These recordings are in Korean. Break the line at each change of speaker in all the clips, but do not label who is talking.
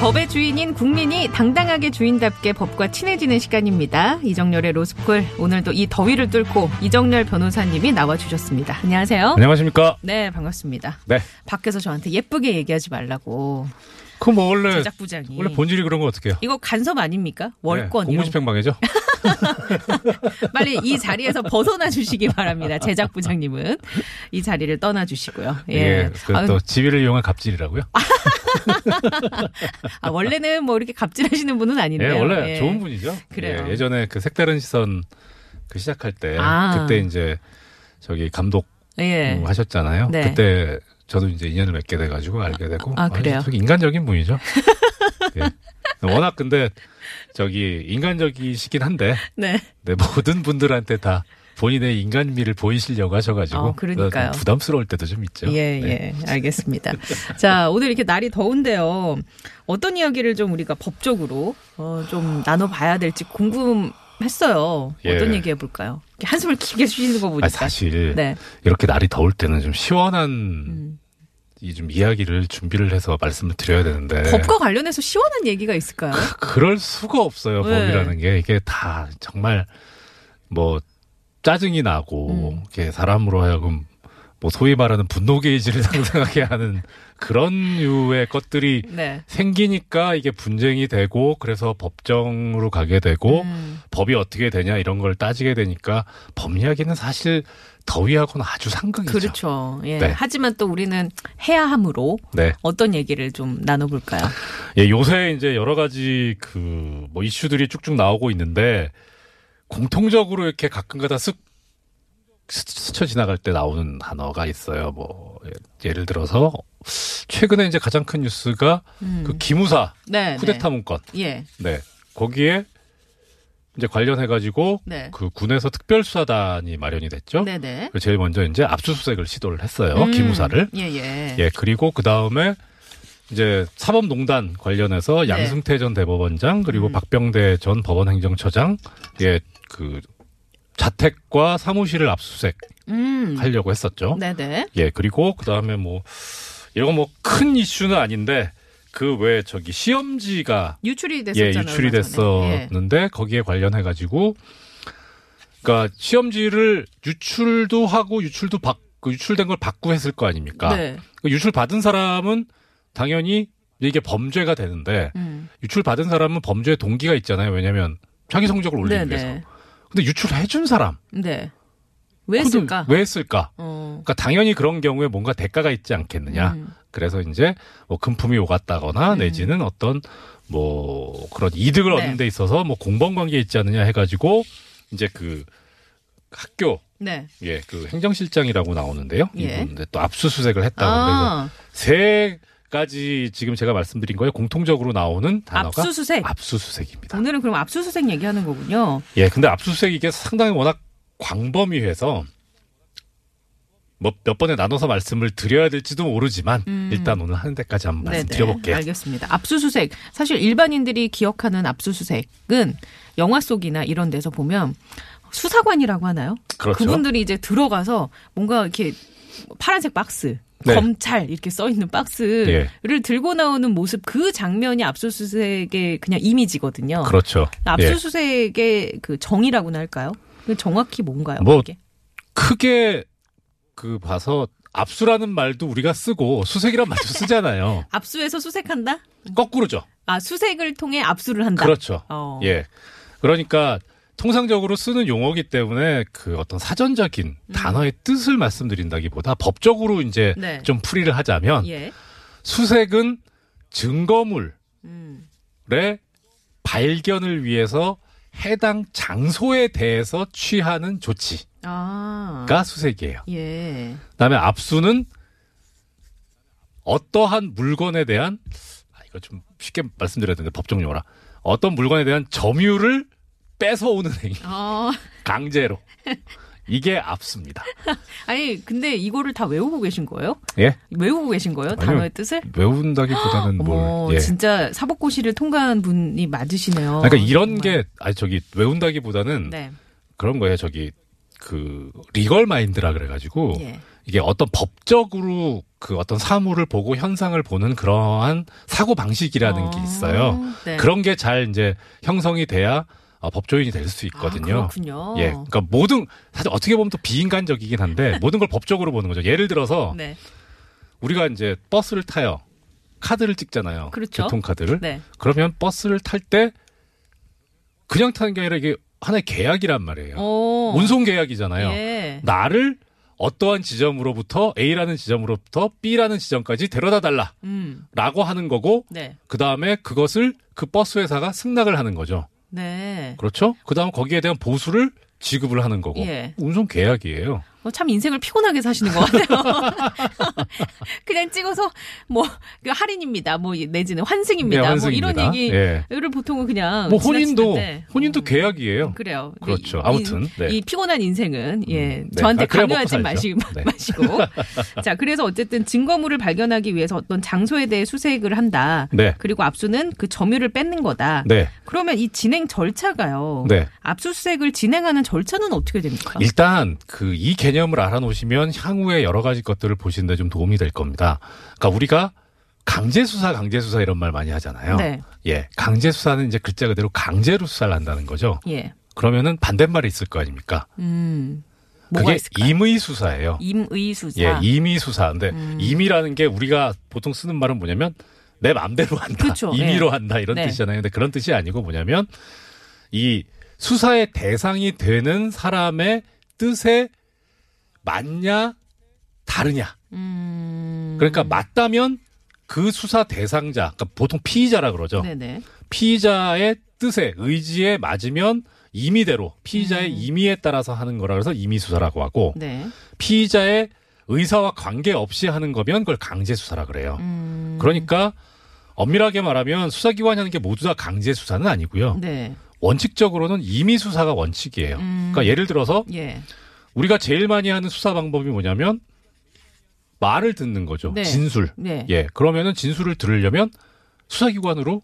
법의 주인인 국민이 당당하게 주인답게 법과 친해지는 시간입니다. 이정열의 로스쿨. 오늘도 이 더위를 뚫고 이정열 변호사님이 나와주셨습니다. 안녕하세요.
안녕하십니까?
네, 반갑습니다.
네.
밖에서 저한테 예쁘게 얘기하지 말라고
그 뭐 원래
제작부장이
원래 본질이 그런 거 어떻게요? 예,
이거 간섭 아닙니까? 월권 이런 거.
공무집행방해죠.
빨리 이 자리에서 벗어나 주시기 바랍니다. 제작부장님은 이 자리를 떠나 주시고요. 예.
예. 그
아유,
또 지위를 이용한 갑질이라고요.
아, 원래는 뭐 이렇게 갑질하시는 분은
예,
아닌데요.
원래
예.
좋은 분이죠.
그래요.
예, 전에그 색다른 시선 그 시작할 때
아.
그때 이제 저기 감독
예.
뭐 하셨잖아요.
네.
그때 저도 이제 인연을 맺게 돼가지고 알게 되고
아, 그래요?
되게 인간적인 분이죠. 예. 워낙 근데 저기 인간적이시긴 한데
네.
네, 모든 분들한테 다 본인의 인간미를 보이시려고 하셔가지고
어, 그러니까요.
부담스러울 때도 좀 있죠.
예,
네.
예. 알겠습니다. 자, 오늘 이렇게 날이 더운데요. 어떤 이야기를 좀 우리가 법적으로 어, 좀 나눠봐야 될지 궁금했어요.
예.
어떤 얘기 해볼까요? 이렇게 한숨을 길게 쉬시는 거 보니까.
아, 사실
네.
이렇게 날이 더울 때는 좀 시원한
음.
네. 이 좀 이야기를 준비를 해서 말씀을 드려야 되는데
법과 관련해서 시원한 얘기가 있을까요?
그럴 수가 없어요.
네.
법이라는 게 이게 다 정말 뭐 짜증이 나고
음.
이렇게 사람으로 하여금 뭐 소위 말하는 분노 게이지를 상상하게 하는 그런 류의 것들이
네.
생기니까 이게 분쟁이 되고 그래서 법정으로 가게 되고
음.
법이 어떻게 되냐 이런 걸 따지게 되니까 법 이야기는 사실 더위하고는 아주 상극이죠.
그렇죠. 예.
네.
하지만 또 우리는 해야 함으로
네.
어떤 얘기를 좀 나눠볼까요?
예, 요새 이제 여러 가지 그 뭐 이슈들이 쭉쭉 나오고 있는데 공통적으로 이렇게 가끔가다 쓱 스- 스쳐 지나갈 때 나오는 단어가 있어요. 뭐 예, 예를 들어서 최근에 이제 가장 큰 뉴스가
음.
그 기무사
네.
쿠데타 문건.
네. 예.
네. 거기에 이제 관련해 가지고
네.
그 군에서 특별수사단이 마련이 됐죠.
네네.
그 제일 먼저 이제 압수수색을 시도를 했어요.
음.
기무사를.
예, 예.
예, 그리고 그 다음에 이제 사법농단 관련해서
네.
양승태 전 대법원장 그리고
음.
박병대 전 법원행정처장 예, 그 자택과 사무실을 압수수색
음.
하려고 했었죠.
네네.
예, 그리고 그 다음에 뭐 이건 뭐 큰 이슈는 아닌데 그 왜 저기 시험지가
유출이
예,
됐었잖아요.
유출이
얼마 전에. 예.
됐었는데 거기에 관련해 가지고 그러니까 시험지를 유출도 하고 유출도 받고 그 유출된 걸 받고 했을 거 아닙니까?
네.
그 유출 받은 사람은 당연히 이게 범죄가 되는데
음.
유출 받은 사람은 범죄의 동기가 있잖아요. 왜냐하면 자기 성적을 올리기 위해서.
네네.
근데 유출해 준 사람
네. 왜
그건
했을까?
왜 했을까?
어.
그러니까 당연히 그런 경우에 뭔가 대가가 있지 않겠느냐.
음.
그래서 이제 뭐 금품이 오갔다거나
음.
내지는 어떤 뭐 그런 이득을
네.
얻는 데 있어서 뭐 공범 관계 있지 않느냐 해가지고 이제 그 학교
네.
예 그 행정실장이라고 나오는데요.
예.
이분들 또 압수수색을 했다고 그래서
아,
세 가지 지금 제가 말씀드린 거에 공통적으로 나오는 단어가
압수수색.
압수수색. 입니다
오늘은 그럼 압수수색 얘기하는 거군요.
예, 근데 압수수색 이게 상당히 워낙 광범위해서 몇, 몇 번에 나눠서 말씀을 드려야 될지도 모르지만
음.
일단 오늘 하는 아, 데까지 한번 말씀드려볼게요.
알겠습니다. 압수수색. 사실 일반인들이 기억하는 압수수색은 영화 속이나 이런 데서 보면 수사관이라고 하나요?
그렇죠.
분들이 이제 들어가서 뭔가 이렇게 파란색 박스.
네.
검찰 이렇게 써 있는 박스를 들고 나오는 모습 그 장면이 압수수색의 그냥 이미지거든요.
그렇죠. 예.
압수수색의 그 정의라고나 할까요? 그 정확히 뭔가요?
뭐,
그게?
크게 그 봐서 압수라는 말도 우리가 쓰고 수색이란 말도 쓰잖아요.
압수해서 수색한다?
거꾸로죠.
아 수색을 통해 압수를 한다.
그렇죠.
어.
예. 그러니까 통상적으로 쓰는 용어기 때문에 그 어떤 사전적인 단어의 뜻을 말씀드린다기보다 법적으로 이제
음. 네.
좀 풀이를 하자면
예.
수색은 증거물의
음.
발견을 위해서 해당 장소에 대해서 취하는 조치가
아.
그러니까? 수색이에요.
예.
그다음에 압수는 어떠한 물건에 대한 아, 이거 좀 쉽게 말씀드려야 되는데 법정 용어라. 어떤 물건에 대한 점유를 뺏어오는 행위
어.
강제로 이게 압수입니다.
아니, 근데 이거를 다 외우고 계신 거예요?
예
외우고 계신 거예요?
아니요.
단어의 뜻을?
외운다기보다는
어머,
뭘 예.
진짜 사법고시를 통과한 분이 맞으시네요.
그러니까
정말.
이런 게 아니 저기 외운다기보다는
네.
그런 거예요. 저기 그 리걸 마인드라 그래가지고
예.
이게 어떤 법적으로 그 어떤 사물을 보고 현상을 보는 그러한 사고 방식이라는 게
어,
있어요.
네.
그런 게 잘 이제 형성이 돼야 어, 법조인이 될 수
아,
있거든요.
그렇군요.
예, 그러니까 모든 사실 어떻게 보면 또 비인간적이긴 한데 모든 걸 법적으로 보는 거죠. 예를 들어서
네.
우리가 이제 버스를 타요. 카드를 찍잖아요.
그렇죠.
교통카드를.
네.
그러면 버스를 탈 때 그냥 타는 게 아니라 이게 하나의 계약이란 말이에요.
어.
운송 계약이잖아요.
예.
나를 어떠한 지점으로부터 A라는 지점으로부터 B라는 지점까지 데려다 달라라고
음.
하는 거고
네.
그 다음에 그것을 그 버스 회사가 승낙을 하는 거죠.
네.
그렇죠? 그 다음 거기에 대한 보수를 지급을 하는 거고
예.
운송 계약이에요.
어, 참 인생을 피곤하게 사시는 것 같아요. 그냥 찍어서 뭐그 할인입니다. 뭐 내지는 환승입니다.
네,
뭐 이런
환승입니다.
얘기를
예.
보통은 그냥
뭐 혼인도
지나치는데.
혼인도
음,
계약이에요.
그래요. 근데
그렇죠.
이-
아무튼, 네.
이 피곤한 인생은 예
음, 네.
저한테
아, 그래야 먹고
강요하지
살죠.
마시,
네.
마시고 자 그래서 어쨌든 증거물을 발견하기 위해서 어떤 장소에 대해 수색을 한다.
네.
그리고 압수는 그 점유를 뺏는 거다.
네.
그러면 이 진행 절차가요.
네.
압수수색을 진행하는 절차는 어떻게 됩니까?
일단 그 이 개념을 알아놓으시면 향후에 여러 가지 것들을 보시는데 좀 도움이 될 겁니다. 그러니까 우리가 강제 수사, 강제 수사 이런 말 많이 하잖아요.
네.
예, 강제 수사는 이제 글자 그대로 강제로 수사를 한다는 거죠.
예.
그러면은 반대말이 있을 거 아닙니까?
음. 뭐가
그게
있을까요?
임의 수사예요.
임의수사.
예, 임의 수사인데
음.
임의라는 게 우리가 보통 쓰는 말은 뭐냐면 내 맘대로 한다,
그쵸,
임의로
예.
한다 이런
네.
뜻이잖아요. 근데 그런 뜻이 아니고 뭐냐면 이 수사의 대상이 되는 사람의 뜻에 맞냐 다르냐.
음.
그러니까 맞다면 그 수사 대상자, 그러니까 보통 피의자라 그러죠.
네네.
피의자의 뜻에 의지에 맞으면 임의대로
음.
피의자의 임의에 따라서 하는 거라 그래서 임의 수사라고 하고
네.
피의자의 의사와 관계없이 하는 거면 그걸 강제 수사라 그래요.
음.
그러니까 엄밀하게 말하면 수사기관이 하는 게 모두 다 강제 수사는 아니고요.
네.
원칙적으로는 임의 수사가 원칙이에요.
음.
그러니까 예를 들어서
예.
우리가 제일 많이 하는 수사 방법이 뭐냐면 말을 듣는 거죠.
네.
진술.
네.
예. 그러면은 진술을 들으려면 수사기관으로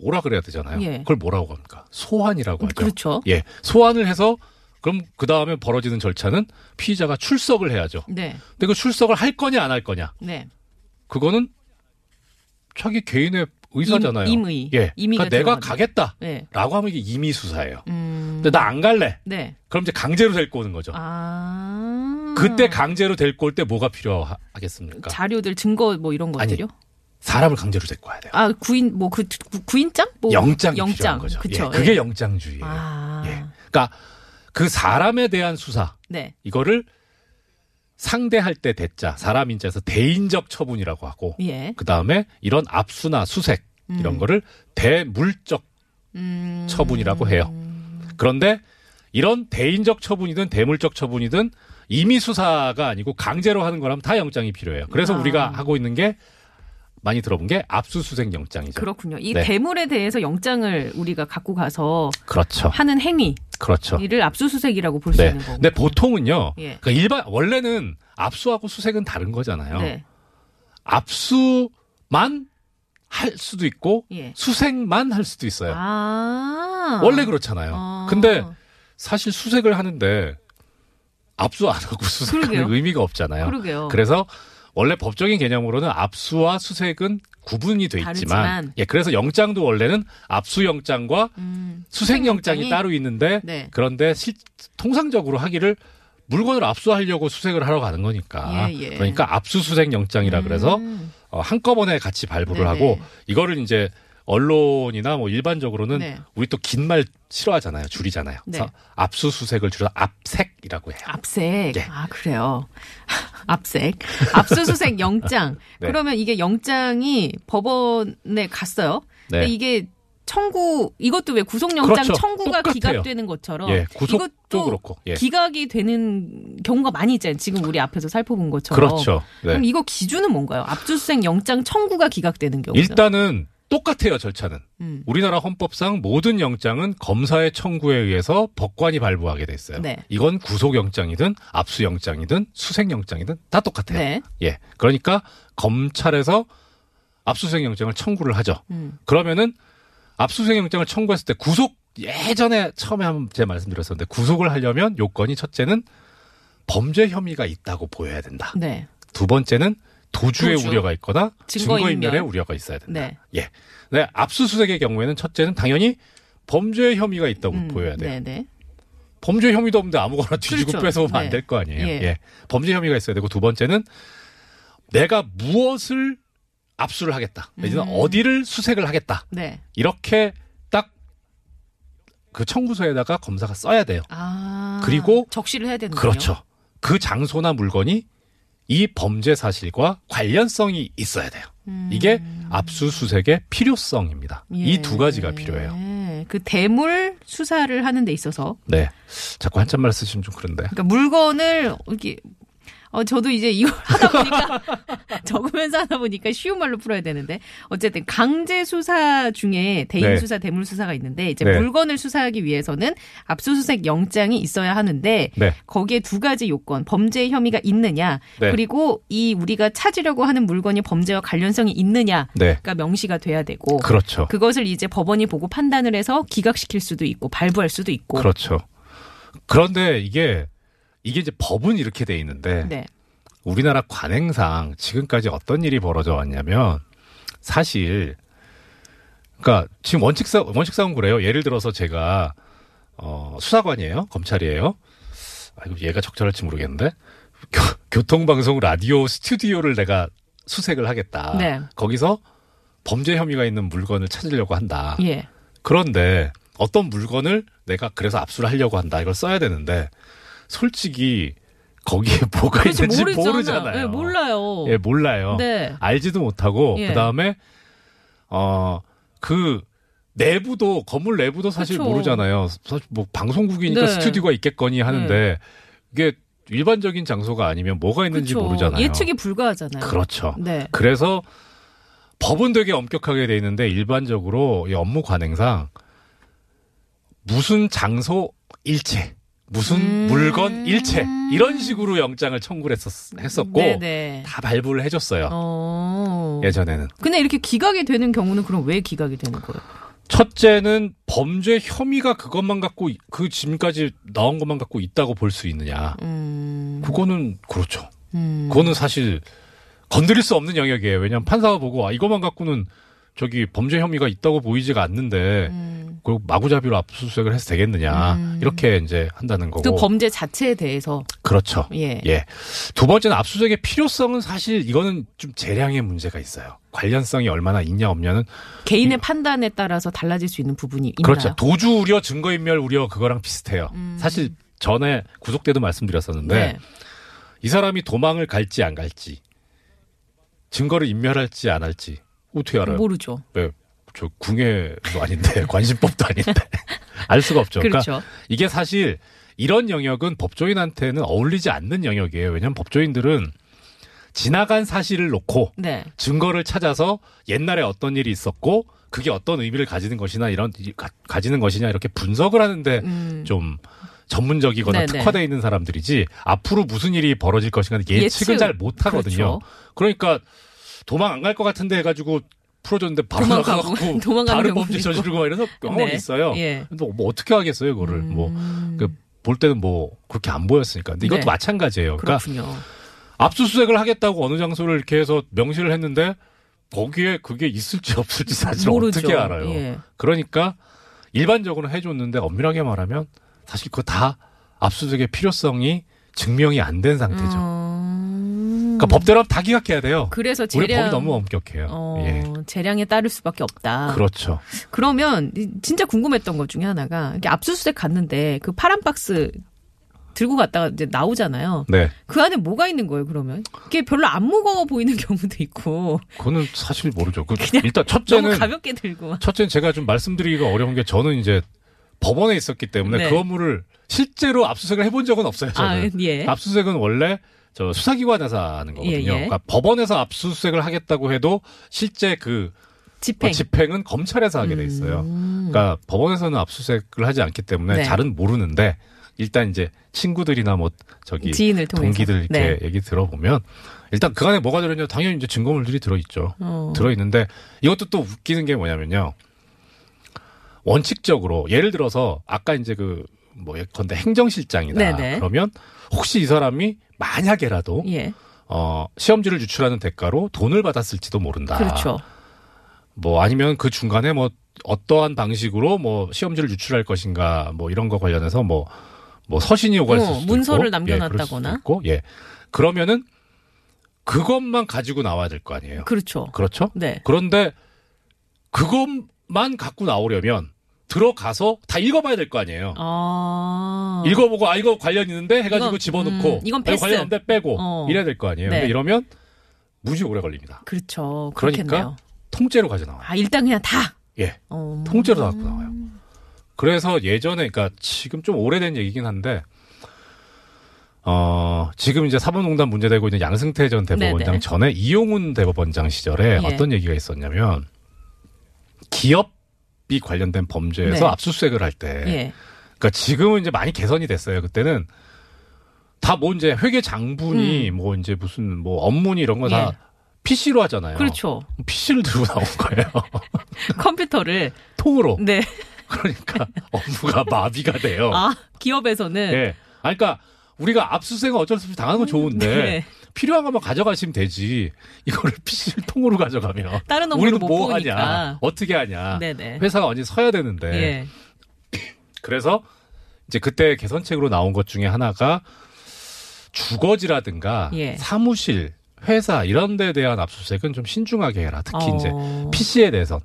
오라 그래야 되잖아요.
예.
그걸 뭐라고 합니까? 소환이라고 하죠.
그렇죠.
예. 소환을 해서 그럼 그 다음에 벌어지는 절차는 피의자가 출석을 해야죠.
네.
근데 그 출석을 할 거냐 안 할 거냐
네.
그거는 자기 개인의 의사잖아요.
임- 임의.
예.
임의가
그러니까 내가
들어가죠.
가겠다라고
네.
하면 이게 임의 수사예요.
음.
근데 나 안 갈래.
네.
그럼 이제 강제로 데리고 오는 거죠.
아.
그때 강제로 데리고 올 때 뭐가 필요하겠습니까?
자료들 증거 뭐 이런
그러니까 아니,
것들이요?
사람을 강제로 데리고 와야 돼요.
아 구인 뭐 그 구인장? 뭐
영장이
영장.
필요한 거죠.
그쵸.
예, 그게
예.
영장주의예요.
아.
예. 그러니까 그 사람에 대한 수사
네.
이거를 상대할 때 대자 사람 인자에서 대인적 처분이라고 하고
예.
그 다음에 이런 압수나 수색 이런
음.
거를 대물적
음.
처분이라고 해요. 그런데 이런 대인적 처분이든 대물적 처분이든 임의 수사가 아니고 강제로 하는 거라면 다 영장이 필요해요. 그래서
아.
우리가 하고 있는 게 많이 들어본 게 압수수색 영장이죠.
그렇군요. 이
네.
대물에 대해서 영장을 우리가 갖고 가서
그렇죠.
하는 행위
그렇죠.
이를 압수수색이라고 볼 수
네.
있는 거고.
근데 보통은요.
예.
그러니까 일반 원래는 압수하고 수색은 다른 거잖아요.
네.
압수만 할 수도 있고
예.
수색만 할 수도 있어요.
네. 아.
원래 그렇잖아요.
아.
근데 사실 수색을 하는데 압수 안 하고 수색하는
그러게요.
의미가 없잖아요.
그러게요.
래서 원래 법적인 개념으로는 압수와 수색은 구분이 돼 있지만
다르지만.
예 그래서 영장도 원래는 압수 영장과
음.
수색 영장이
영장이?
따로 있는데
네.
그런데 실, 통상적으로 하기를 물건을 압수하려고 수색을 하러 가는 거니까
예, 예.
그러니까 압수 수색 영장이라 그래서
음.
어, 한꺼번에 같이 발부를
네네.
하고 이거를 이제 언론이나 뭐 일반적으로는
네.
우리 또 긴 말 싫어하잖아요. 줄이잖아요.
네.
그래서 압수수색을 줄여 압색이라고 해요.
압색.
예.
아, 그래요. 압색. 압수수색 영장.
네.
그러면 이게 영장이 법원에 갔어요.
네.
근데 이게 청구 이것도 왜 구속영장
그렇죠.
청구가
똑같아요.
기각되는 것처럼
예, 구속도
이것도
그렇고. 예.
기각이 되는 경우가 많이 있잖아요. 지금 우리 앞에서 살펴본 것처럼.
그렇죠. 네.
그럼 이거 기준은 뭔가요? 압수수색 영장 청구가 기각되는 경우는
일단은 똑같아요, 절차는.
음.
우리나라 헌법상 모든 영장은 검사의 청구에 의해서 법관이 발부하게 돼 있어요.
네.
이건 구속영장이든 압수영장이든 수색영장이든 다 똑같아요.
네.
예. 그러니까 검찰에서 압수수색영장을 청구를 하죠.
음.
그러면은 압수수색영장을 청구했을 때 구속 예전에 처음에 한번 제가 말씀드렸었는데 구속을 하려면 요건이 첫째는 범죄 혐의가 있다고 보여야 된다.
네.
두 번째는 도주의
도주.
우려가 있거나
증거인멸.
증거인멸의 우려가 있어야 된다.
네.
예. 네, 압수수색의 경우에는 첫째는 당연히 범죄 혐의가 있다고
음,
보여야 돼요.
네, 네.
범죄 혐의도 없는데 아무거나 뒤지고
그렇죠.
뺏어오면
네.
안 될 거 아니에요.
예.
예. 범죄 혐의가 있어야 되고 두 번째는 내가 무엇을 압수를 하겠다. 내지는
음.
어디를 수색을 하겠다.
네.
이렇게 딱 그 청구서에다가 검사가 써야 돼요.
아.
그리고
적시를 해야 되는군요.
그렇죠. 그 장소나 물건이 이 범죄 사실과 관련성이 있어야 돼요.
음.
이게 압수수색의 필요성입니다.
예.
이 두 가지가 필요해요.
예. 그 대물 수사를 하는 데 있어서
네. 자꾸 한참말 쓰시면 좀 그런데.
그러니까 물건을 이렇게 어 저도 이제 이걸 하다 보니까 적으면서 하다 보니까 쉬운 말로 풀어야 되는데 어쨌든 강제 수사 중에 대인
네.
수사, 대물 수사가 있는데 이제
네.
물건을 수사하기 위해서는 압수수색 영장이 있어야 하는데
네.
거기에 두 가지 요건 범죄 혐의가 있느냐
네.
그리고 이 우리가 찾으려고 하는 물건이 범죄와 관련성이 있느냐가
네.
명시가 돼야 되고
그렇죠.
그것을 이제 법원이 보고 판단을 해서 기각시킬 수도 있고 발부할 수도 있고
그렇죠. 그런데 이게 이게 이제 법은 이렇게 돼 있는데
네.
우리나라 관행상 지금까지 어떤 일이 벌어져 왔냐면 사실 그러니까 지금 원칙사 원칙상은 그래요. 예를 들어서 제가 어 수사관이에요. 검찰이에요. 아 이거 얘가 적절할지 모르겠는데 교, 교통방송 라디오 스튜디오를 내가 수색을 하겠다.
네.
거기서 범죄 혐의가 있는 물건을 찾으려고 한다.
예.
그런데 어떤 물건을 내가 그래서 압수를 하려고 한다 이걸 써야 되는데 솔직히 거기에 뭐가
그렇지
있는지
그렇죠. 모르잖아요.
모르잖아요.
예, 몰라요.
예, 몰라요.
네.
알지도 못하고
예.
그다음에 어 그 내부도 건물 내부도 사실
그쵸.
모르잖아요. 사실 뭐 방송국이니까
네.
스튜디오가 있겠거니 하는데 이게 일반적인 장소가 아니면 뭐가 있는지
그렇죠.
모르잖아요.
예측이 불가하잖아요.
그렇죠.
네.
그래서 법은 되게 엄격하게 돼 있는데 일반적으로 이 업무 관행상 무슨 장소 일체, 무슨
음.
물건 일체 이런 식으로 영장을 청구를 했었, 했었고
네네.
다 발부를 해줬어요.
어.
예전에는
근데 이렇게 기각이 되는 경우는 그럼 왜 기각이 되는 거예요?
첫째는 범죄 혐의가 그것만 갖고 이- 그 지금까지 나온 것만 갖고 있다고 볼 수 있느냐?
음.
그거는 그렇죠.
음.
그거는 사실 건드릴 수 없는 영역이에요. 왜냐하면 판사가 보고 아 이것만 갖고는 저기 범죄 혐의가 있다고 보이지가 않는데
음.
그리고 마구잡이로 압수수색을 해서 되겠느냐
음.
이렇게 이제 한다는
그
거고
범죄 자체에 대해서
그렇죠.
예.
예. 두 번째는 압수수색의 필요성은 사실 이거는 좀 재량의 문제가 있어요. 관련성이 얼마나 있냐 없냐는
개인의 판단에 따라서 달라질 수 있는 부분이 있나요?
그렇죠. 도주 우려, 증거인멸 우려 그거랑 비슷해요.
음.
사실 전에 구속 때도 말씀드렸었는데
네.
이 사람이 도망을 갈지 안 갈지 증거를 인멸할지 안 할지 어떻게 알아요?
모르죠.
네, 저 궁예도 아닌데 관심법도 아닌데 알 수가 없죠. 그러니까
그렇죠.
이게 사실 이런 영역은 법조인한테는 어울리지 않는 영역이에요. 왜냐하면 법조인들은 지나간 사실을 놓고
네.
증거를 찾아서 옛날에 어떤 일이 있었고 그게 어떤 의미를 가지는 것이나 이런 가, 가지는 것이냐 이렇게 분석을 하는데
음.
좀 전문적이거나
네네.
특화돼 있는 사람들이지 앞으로 무슨 일이 벌어질 것인가 예측은
예측.
잘 못하거든요.
그렇죠.
그러니까 도망 안 갈 것 같은데 해가지고 풀어줬는데 바로
도망가고
나가고
도망가는
다른
경우도
범죄
있고.
저지르고 막 이래서 경험이
네.
있어요.
예. 음.
근데 뭐 어떻게 하겠어요, 그거를 뭐. 그, 볼 때는 뭐 그렇게 안 보였으니까. 근데 이것도
네.
마찬가지예요. 그러니까
그렇군요.
압수수색을 하겠다고 어느 장소를 이렇게 해서 명시를 했는데 거기에 그게 있을지 없을지 사실
모르죠.
어떻게 알아요.
예.
그러니까 일반적으로 해줬는데 엄밀하게 말하면 사실 그거 다 압수수색의 필요성이 증명이 안 된 상태죠.
음.
그러니까 법대로 하면 다 기각해야 돼요.
그래서
우리
재량
법이 너무 엄격해요.
어,
예.
재량에 따를 수밖에 없다.
그렇죠.
그러면 이- 진짜 궁금했던 것 중에 하나가 이렇게 압수수색 갔는데 그 파란 박스 들고 갔다가 이제 나오잖아요.
네.
그 안에 뭐가 있는 거예요, 그러면? 이게 별로 안 무거워 보이는 경우도 있고.
그거는 사실 모르죠. 그 일단 첫째는
너무 가볍게 들고. 와.
첫째는 제가 좀 말씀드리기가 어려운 게 저는 이제 법원에 있었기 때문에
네.
그 업무를 실제로 압수수색을 해본 적은 없어요. 저는
아, 예.
압수수색은 원래 저 수사기관에서 하는 거거든요.
예, 예.
그러니까 법원에서 압수수색을 하겠다고 해도 실제 그
집행.
집행은 검찰에서 하게 돼 있어요.
음.
그러니까 법원에서는 압수수색을 하지 않기 때문에
네.
잘은 모르는데 일단 이제 친구들이나 뭐 저기
지인을 통해서.
동기들
네.
이렇게 얘기 들어보면 일단 그 안에 뭐가 들어있냐 당연히 이제 증거물들이 들어있죠.
어.
들어있는데 이것도 또 웃기는 게 뭐냐면요. 원칙적으로 예를 들어서 아까 이제 그 뭐 예컨대 행정실장이다
네네.
그러면 혹시 이 사람이 만약에라도
예.
어 시험지를 유출하는 대가로 돈을 받았을지도 모른다.
그렇죠.
뭐 아니면 그 중간에 뭐 어떠한 방식으로 뭐 시험지를 유출할 것인가 뭐 이런 거 관련해서 뭐 뭐 서신이 오갈
어,
수도 있고
문서를
예, 그럴 수도
남겨놨다거나.
있고 예 그러면은 그것만 가지고 나와야 될 거 아니에요
그렇죠.
그렇죠
네.
그런데 그것만 갖고 나오려면 들어가서 다 읽어봐야 될 거 아니에요
아.
읽어보고 아 이거 관련 있는데 해가지고
이건,
집어넣고
음, 이건
아,
패스.
관련 없는데 빼고
어.
이래야 될 거 아니에요
네.
근데 이러면 무지 오래 걸립니다
그렇죠.
그러니까
그렇겠네요.
통째로 가져 나와요
아, 일단 그냥 다.
예
어.
통째로 다 갖고 나와요.
음.
그래서 예전에, 그러니까 지금 좀 오래된 얘기긴 한데, 어, 지금 이제 사법농단 문제되고 있는 양승태 전 대법원장
네네.
전에 이용훈 대법원장 시절에
예.
어떤 얘기가 있었냐면, 기업이 관련된 범죄에서
네.
압수수색을 할 때,
예.
그러니까 지금은 이제 많이 개선이 됐어요. 그때는 다 뭐 이제 회계 장부니 뭐 이제 무슨 뭐 업무니 이런 거 다
음. 예.
PC로 하잖아요.
그렇죠.
PC를 들고 나온 거예요.
컴퓨터를.
통으로.
네.
그러니까 업무가 마비가 돼요.
아, 기업에서는.
예. 아, 그러니까 우리가 압수수색은 어쩔 수 없이 당하는 건 좋은데
네.
필요한 것만 가져가시면 되지. 이거를 PC를 통으로 가져가면
다른 업무를
우리는
못
뭐
보니까.
하냐, 네. 어떻게 하냐.
네네.
회사가 언제 서야 되는데.
예.
그래서 이제 그때 개선책으로 나온 것 중에 하나가 주거지라든가
예.
사무실, 회사 이런 데에 대한 압수수색은 좀 신중하게 해라. 특히 이제
어.
PC에 대해서.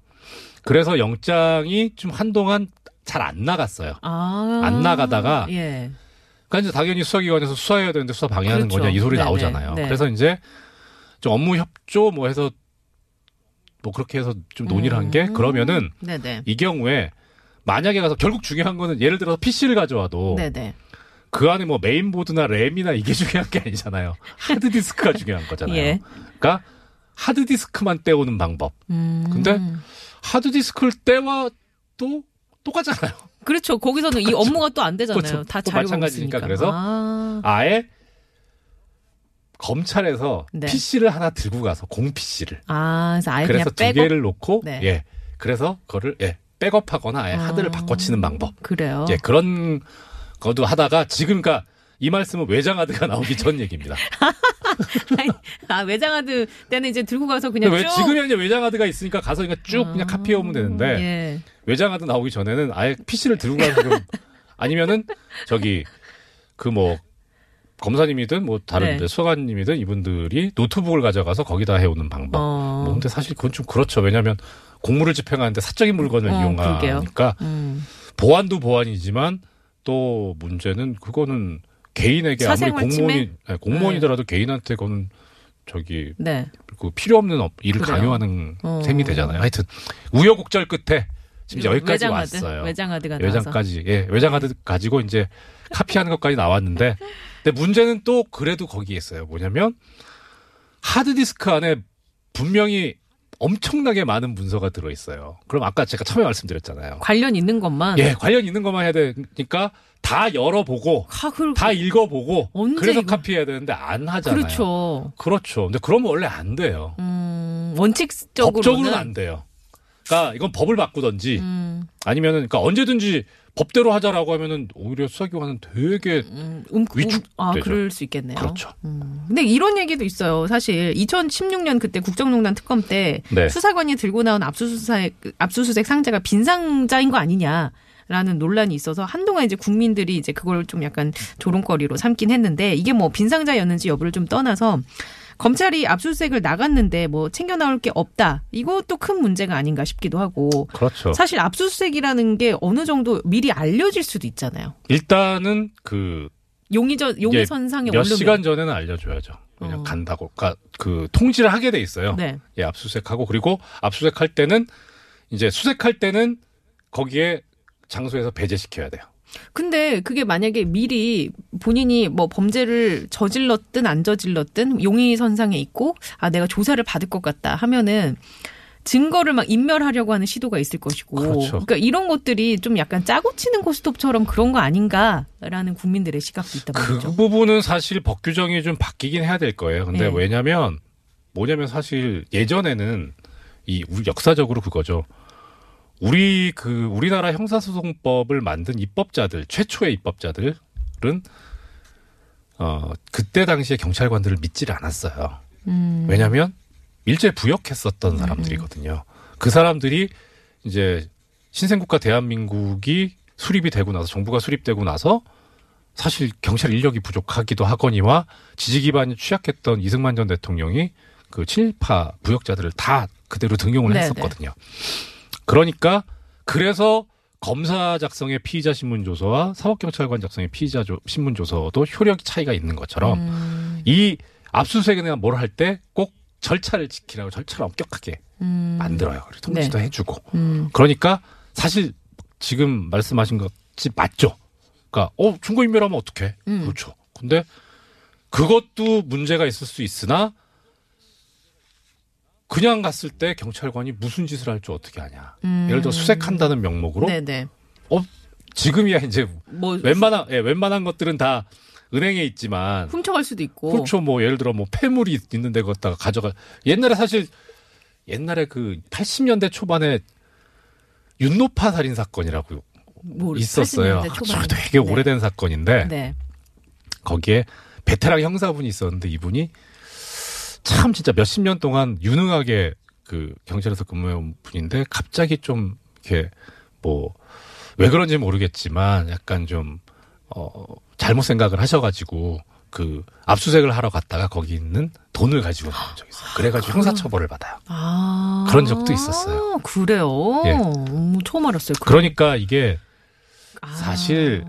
그래서 영장이 좀 한동안 잘 안 나갔어요.
아.
안 나가다가
예.
그러니까 이제 당연히 수사기관에서 수사해야 되는데 수사 방해하는
그렇죠.
거냐 이 소리
네네.
나오잖아요.
네.
그래서 이제 좀 업무 협조 뭐 해서 뭐 그렇게 해서 좀 논의를 한 게
음.
그러면은
네네.
이 경우에 만약에 가서 결국 중요한 거는 예를 들어서 PC를 가져와도
네네.
그 안에 뭐 메인보드나 램이나 이게 중요한 게 아니잖아요. 하드디스크가 중요한 거잖아요.
예.
그러니까 하드디스크만 떼오는 방법.
음.
근데 하드디스크를 떼와도 똑같잖아요.
그렇죠. 거기서는 이 업무가 또 안 되잖아요.
그렇죠.
다
또
자료가
마찬가지니까.
없으니까.
그래서
아.
아예 검찰에서
네.
PC를 하나 들고 가서 공 PC를
아, 그래서 아예
그래서
그냥
두
빼고
개를 놓고
네.
예 그래서 그거를 예 백업하거나 아예
아. 어.
하드를 바꿔치는 방법
그래요.
예 그런 것도 하다가 지금 그러니까 이 말씀은 외장 하드가 나오기 전 얘기입니다.
아, 외장하드 때는 이제 들고 가서 그냥
근데 왜
쭉 아,
지금이 이제 외장 하드가 있으니까 가서 그냥 쭉 그냥 카피해 오면 되는데
예.
외장 하드 나오기 전에는 아예 PC를 들고 가서 좀 아니면은 저기 그 뭐 검사님이든 뭐 다른
네.
수사관님이든 이분들이 노트북을 가져가서 거기다 해오는 방법.
어.
뭐 근데 사실 그건 좀 그렇죠. 왜냐하면 공무를 집행하는데 사적인 물건을
어,
이용하니까
음.
보안도 보안이지만 또 문제는 그거는 개인에게 아무리
사생활 침해?
공무원이 아니, 공무원이더라도 개인한테 그거는 저기
네.
그 필요 없는 업- 일을
그래요.
강요하는
어.
셈이 되잖아요. 하여튼 우여곡절 끝에 심지어 여기까지
음, 외장하드.
왔어요.
외장하드가 나와서.
외장까지 예 외장하드 가지고 이제 카피하는 것까지 나왔는데 근데 문제는 또 그래도 거기에 있어요 뭐냐면 하드디스크 안에 분명히 엄청나게 많은 문서가 들어있어요 그럼 아까 제가 처음에 말씀드렸잖아요
관련 있는 것만
예 관련 있는 것만 해야 되니까 다 열어보고
하, 그,
다 읽어보고
언제
그래서
이거-
카피해야 되는데 안 하잖아요
그렇죠.
그렇죠 근데 그러면 원래 안 돼요
음, 원칙적으로는
법적으로는 안 돼요 그러니까 이건 법을 바꾸든지
음,
아니면은 그러니까 언제든지 법대로 하자라고 하면은 오히려 수사기관은 되게
음, 음,
위축
아,
되죠.
그럴 수 있겠네요.
그렇죠.
음. 근데 이런 얘기도 있어요. 사실 2016년 그때 국정농단 특검 때
네.
수사관이 들고 나온 압수수색 압수수색 상자가 빈 상자인 거 아니냐. 라는 논란이 있어서 한동안 이제 국민들이 이제 그걸 좀 약간 조롱거리로 삼긴 했는데 이게 뭐 빈상자였는지 여부를 좀 떠나서 검찰이 압수수색을 나갔는데 뭐 챙겨 나올 게 없다 이것도 큰 문제가 아닌가 싶기도 하고
그렇죠.
사실 압수수색이라는 게 어느 정도 미리 알려질 수도 있잖아요.
일단은 그
용의 전 용의
예,
선상에
몇
오르면
시간 전에는 알려줘야죠. 그냥
어.
간다고. 그러니까 그 통지를 하게 돼 있어요.
네.
예, 압수수색하고 그리고 압수수색할 때는 이제 수색할 때는 거기에 장소에서 배제시켜야 돼요.
근데 그게 만약에 미리 본인이 뭐 범죄를 저질렀든 안 저질렀든 용의 선상에 있고 아 내가 조사를 받을 것 같다 하면은 증거를 막 인멸하려고 하는 시도가 있을 것이고
그렇죠.
러니까 이런 것들이 좀 약간 짜고 치는 고스톱처럼 그런 거 아닌가라는 국민들의 시각도 있단
그
말이죠.
부분은 사실 법 규정이 좀 바뀌긴 해야 될 거예요. 근데
네.
왜냐면 뭐냐면 사실 예전에는 이 우리 역사적으로 그거죠. 우리 그 우리나라 형사소송법을 만든 입법자들 최초의 입법자들은 어 그때 당시에 경찰관들을 믿질 않았어요.
음.
왜냐하면 일제 부역했었던 사람들이거든요. 그 사람들이 이제 신생국가 대한민국이 수립이 되고 나서 정부가 수립되고 나서 사실 경찰 인력이 부족하기도 하거니와 지지 기반이 취약했던 이승만 전 대통령이 그 친일파 부역자들을 다 그대로 등용을
네네.
했었거든요. 그러니까 그래서 검사 작성의 피의자 신문 조서와 사법경찰관 작성의 피의자 조- 신문 조서도 효력 차이가 있는 것처럼
음,
이 압수수색이나 뭘 할 때 꼭 절차를 지키라고 절차를 엄격하게
음,
만들어요. 그리고 통지도 해주고.
음.
그러니까 사실 지금 말씀하신 것이 맞죠. 그러니까 어 중고인멸하면 어떡해?
음.
그렇죠. 근데 그것도 문제가 있을 수 있으나 그냥 갔을 때 경찰관이 무슨 짓을 할 줄 어떻게 아냐.
음.
예를 들어 수색한다는 명목으로 어,
네네.
지금이야 이제
뭐
웬만한 예, 웬만한 것들은 다 은행에 있지만
훔쳐갈 수도 있고.
그렇죠. 뭐 예를 들어 뭐 폐물이 있는데 걷다가 가져가 옛날에 사실 옛날에 그 80년대 초반에 윤노파 살인 사건이라고
뭐,
있었어요.
80년대
아주
초반에.
되게 오래된 사건인데
네. 네.
거기에 베테랑 형사분이 있었는데 이분이 참 진짜 몇십 년 동안 유능하게 그 경찰에서 근무해온 분인데 갑자기 좀 이렇게 뭐 왜 그런지 모르겠지만 약간 좀 어, 잘못 생각을 하셔가지고 그 압수색을 하러 갔다가 거기 있는 돈을 가지고 나온 적이 있어요. 그래가지고 형사처벌을 받아요.
아.
그런 적도 있었어요.
그래요.
예.
음, 처음 알았어요.
그러니까 이게
아.
사실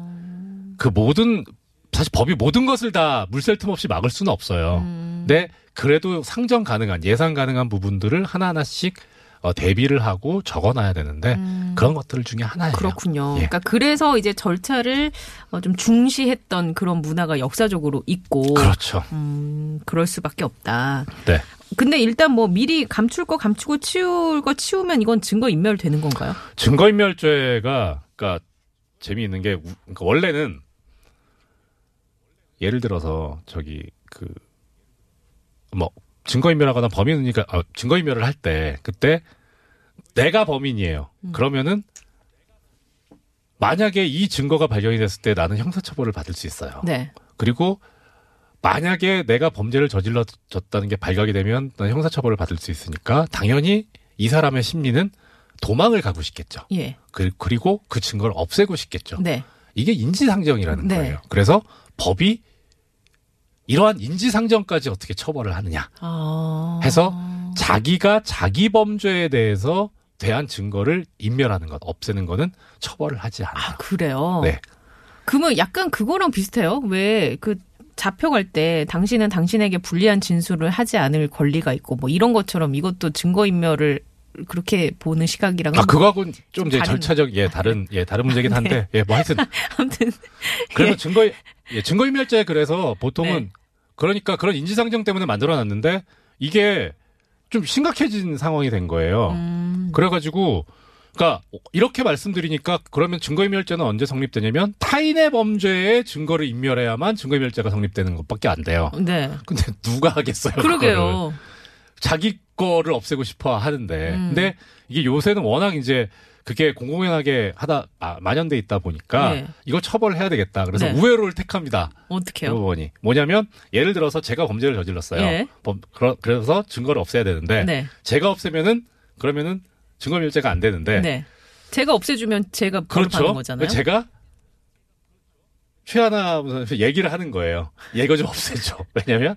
그 모든 사실 법이 모든 것을 다 물샐 틈 없이 막을 수는 없어요.
음.
근데 그래도 상정 가능한 예상 가능한 부분들을 하나 하나씩 어, 대비를 하고 적어놔야 되는데
음.
그런 것들 중에 하나예요.
그렇군요.
예.
그러니까 그래서 이제 절차를 어, 좀 중시했던 그런 문화가 역사적으로 있고
그렇죠.
음, 그럴 수밖에 없다.
네.
근데 일단 뭐 미리 감출 거 감추고 치울 거 치우면 이건 증거 인멸되는 건가요?
증거인멸죄가 그러니까 재미있는 게 우- 그러니까 원래는 예를 들어서 저기 그 뭐 증거인멸하거나 범인이니까 아, 증거인멸을 할 때 그때 내가 범인이에요. 그러면은 만약에 이 증거가 발견이 됐을 때 나는 형사처벌을 받을 수 있어요.
네.
그리고 만약에 내가 범죄를 저질렀다는 게 발각이 되면 난 형사처벌을 받을 수 있으니까 당연히 이 사람의 심리는 도망을 가고 싶겠죠.
예.
그- 그리고 그 증거를 없애고 싶겠죠.
네.
이게 인지상정이라는
네.
거예요. 그래서 법이 이러한 인지상정까지 어떻게 처벌을 하느냐
아.
해서 자기가 자기 범죄에 대해서 대한 증거를 인멸하는 것, 없애는 거는 처벌을 하지 않아.
아, 그래요.
네.
그러면 약간 그거랑 비슷해요. 왜 그 잡혀갈 때 당신은 당신에게 불리한 진술을 하지 않을 권리가 있고 뭐 이런 것처럼 이것도 증거인멸을 그렇게 보는 시각이랑
아, 그거하고는 좀 이제
다른- 아, 네.
절차적, 예, 다른, 예, 다른 문제긴 한데, 예, 뭐 하여튼
아무튼
그래서 증거 예, 증거인멸죄 그래서 보통은
네.
그러니까 그런 인지상정 때문에 만들어놨는데 이게 좀 심각해진 상황이 된 거예요.
음,
그래가지고 그러니까 이렇게 말씀드리니까 그러면 증거인멸죄는 언제 성립되냐면 타인의 범죄에 증거를 인멸해야만 증거인멸죄가 성립되는 것밖에 안 돼요.
네.
근데 누가 하겠어요? 그거를.
그러게요.
자기 거를 없애고 싶어 하는데
음.
근데 이게 요새는 워낙 이제 그게 공공연하게 하다 아, 만연돼 있다 보니까
네.
이거 처벌해야 되겠다. 그래서
네.
우회로를 택합니다.
어떻게요?
대법원이 뭐냐면 예를 들어서 제가 범죄를 저질렀어요.
예.
범- 그러- 그래서 증거를 없애야 되는데
네.
제가 없애면은 그러면은 증거밀제가 안 되는데
네. 제가 없애주면 제가 벌을 받는
그렇죠.
거잖아요.
제가 최하나 선수 얘기를 하는 거예요. 얘 이거 좀 없애줘. 왜냐면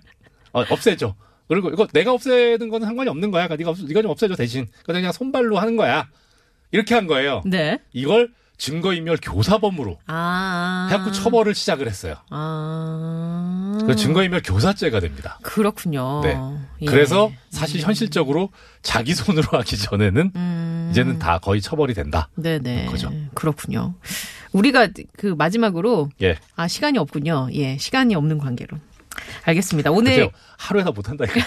어, 없애줘. 그리고 이거 내가 없애는 건 상관이 없는 그러니까 거야. 그러니까 네가 없, 이거 좀 없애줘 대신. 그냥 그냥 손발로 하는 거야. 이렇게 한 거예요.
네.
이걸 증거인멸 교사범으로
아.
해갖고 처벌을 시작을 했어요.
아.
그 증거인멸 교사죄가 됩니다.
그렇군요.
네.
예.
그래서 사실 현실적으로 자기 손으로 하기 전에는
음.
이제는 다 거의 처벌이 된다.
네네.
거죠.
그렇군요. 우리가 그 마지막으로
예.
아 시간이 없군요. 예, 시간이 없는 관계로. 알겠습니다. 오늘
그죠? 하루에다 못한다니까.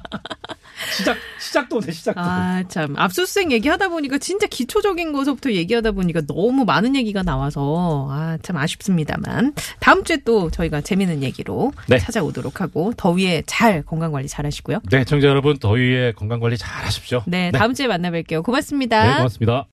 시작, 시작도 오네, 시작도.
아, 참. 압수수색 얘기하다 보니까 진짜 기초적인 것부터 얘기하다 보니까 너무 많은 얘기가 나와서, 아, 참 아쉽습니다만. 다음 주에 또 저희가 재밌는 얘기로
네.
찾아오도록 하고, 더위에 잘 건강 관리 잘 하시고요.
네, 청자 여러분, 더위에 건강 관리 잘 하십시오.
네, 다음 주에 만나뵐게요. 고맙습니다.
네, 고맙습니다.